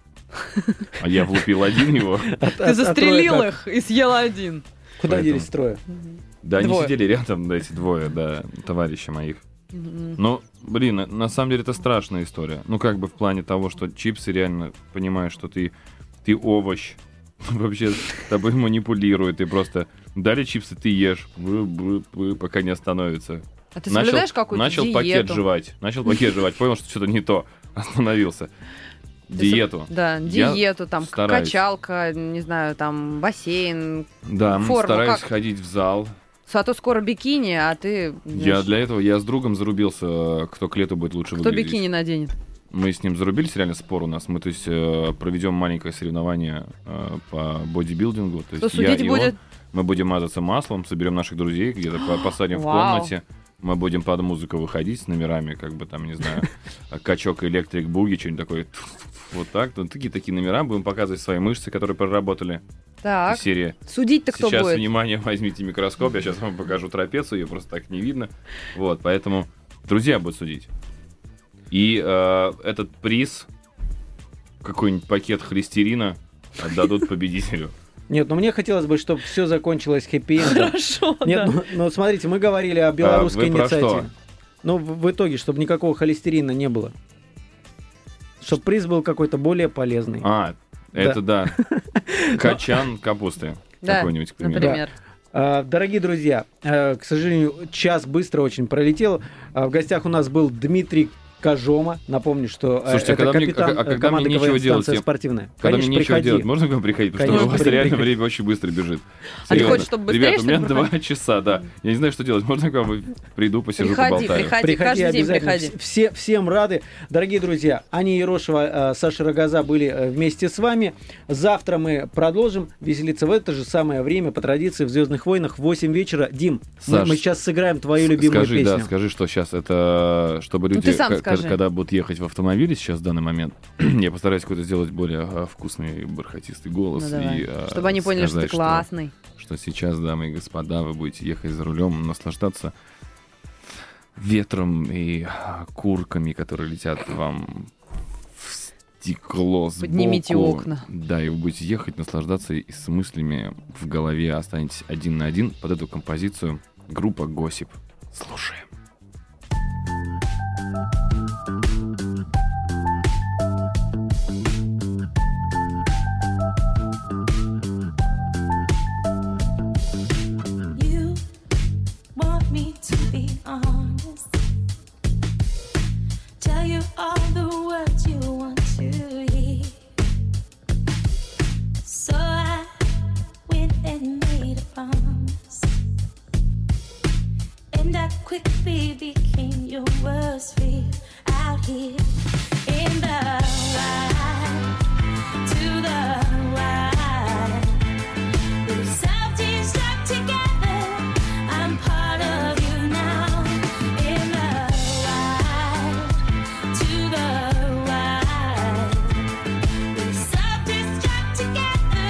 D: а я влупил один его.
C: От- от-
B: Ты
C: от
B: застрелил
C: трое-
B: их и съела один.
C: Куда
D: Поэтому.
C: делись трое?
D: Да, они
B: Двое.
D: сидели рядом, да, эти двое, да, товарищи моих.
B: Мгм.
D: Ну, блин, на- на самом деле это страшная история. Ну, как бы в плане того, что чипсы реально понимаешь, что ты, ты овощ. Вообще тобой манипулируют. Ты просто дали чипсы, ты ешь, бы- бы- бы, пока не остановится.
B: А ты соблюдаешь какую-то
D: начал пакет
B: диету?
D: жевать. Начал пакет жевать, понял, что что-то не то. Остановился.
B: соб-
D: Диету.
B: Да,
D: Я
B: диету, там, к-
D: стараюсь.
B: качалка, не знаю, там, бассейн.
D: Да,
B: Форму
D: стараюсь
B: как?
D: ходить в зал.
B: А то скоро бикини, а ты...
D: Я
B: знаешь,
D: для этого, я с другом зарубился, э, кто к лету будет лучше
B: Кто
D: выглядеть.
B: бикини наденет?
D: Мы с ним зарубились, реально спор у нас. Мы, то есть, э, проведем маленькое соревнование э, по бодибилдингу. То
B: Кто
D: есть, я
B: судить
D: и он.
B: будет?
D: Мы будем мазаться маслом, соберем наших друзей, где-то по- посадим в
B: Вау.
D: комнате. Мы будем под музыку выходить с номерами, как бы там, не знаю, качок, электрик, буги, что-нибудь такое. Вот так. Ну, такие такие номера. Будем показывать свои мышцы, которые проработали
B: Так.
D: из серии.
B: Судить-то кто
D: сейчас,
B: будет?
D: внимание, возьмите микроскоп. Я сейчас вам покажу трапецию, ее просто так не видно. Вот, поэтому друзья будут судить. И э, этот приз, какой-нибудь пакет холестерина, отдадут победителю.
C: Нет, ну мне хотелось бы, чтобы все закончилось хэппи-эндом.
B: Хорошо,
C: Нет,
B: да.
C: ну, ну, смотрите, мы говорили о белорусской
D: А, вы про что?
C: инициативе. Ну, в, в итоге, чтобы никакого холестерина не было. Чтобы приз был какой-то более полезный.
D: А, это да. Качан капусты.
B: Да,
D: Какой-нибудь, к примеру.
B: Например.
C: А, Дорогие друзья, э, к сожалению, час быстро очень пролетел. А В гостях у нас был Дмитрий Кожома. Напомню, что э,
D: Слушайте, а
C: это
D: когда мне-
C: капитан
D: а- а
C: э,
D: когда мне
C: команды
D: нечего
C: КВН
D: делать,
C: станция
D: я-
C: спортивная.
D: Когда
C: Конечно,
D: мне нечего
C: приходи.
D: делать, можно к вам приходить? Потому что у
C: Конечно,
D: вас
C: приходи,
D: реально
C: приходи.
D: время очень быстро бежит.
B: А ты
D: Серьезно.
B: хочешь, чтобы быстрее,
D: Ребят, у меня
B: чтобы мы
D: два часа, да. Я не знаю, что делать. Можно к вам приду, посижу,
B: Приходи,
D: поболтаю?
B: приходи, каждый день
C: обязательно.
B: приходи.
C: Вс- Все, всем рады. Дорогие друзья, Аня Ерошева, э, Саша Рогоза были э, вместе с вами. Завтра мы продолжим веселиться в это же самое время по традиции в «Звездных войнах» в 8 вечера. Дим, мы-
D: Саш,
C: мы, сейчас сыграем твою любимую
D: скажи,
C: песню.
D: да, скажи, что сейчас это, чтобы
B: Ну,
D: люди,
B: ты сам
D: к- к-
B: скажи.
D: когда будут ехать в автомобиле сейчас в данный момент, я постараюсь какой-то сделать более а, вкусный, бархатистый голос.
B: Ну, давай.
D: и, а,
B: Чтобы они поняли, что ты
D: сказать,
B: классный.
D: что сейчас, дамы и господа, вы будете ехать за рулем, наслаждаться ветром и а, курками, которые летят вам в стекло сбоку.
B: Поднимите окна.
D: Да, и вы будете ехать, наслаждаться и с мыслями в голове останетесь один на один под эту композицию группа Госип. Слушаем.
H: You want me to be honest. Tell you all the words you want to hear. So I went and made a promise. And I quickly became your worst fear out here in the wild. To the wild. We're self-destruct together. I'm part of you now. In the wild, to the wild. We're self-destruct together.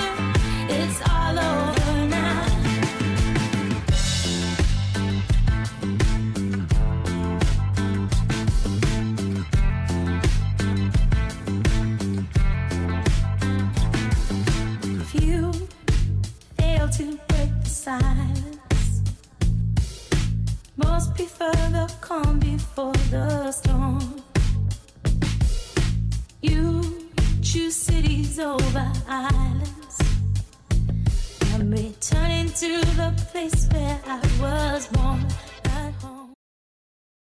H: It's all over now. If you fail to break the silence, most prefer the calm before the storm. You choose cities over islands. I'm returning to the place where I was born.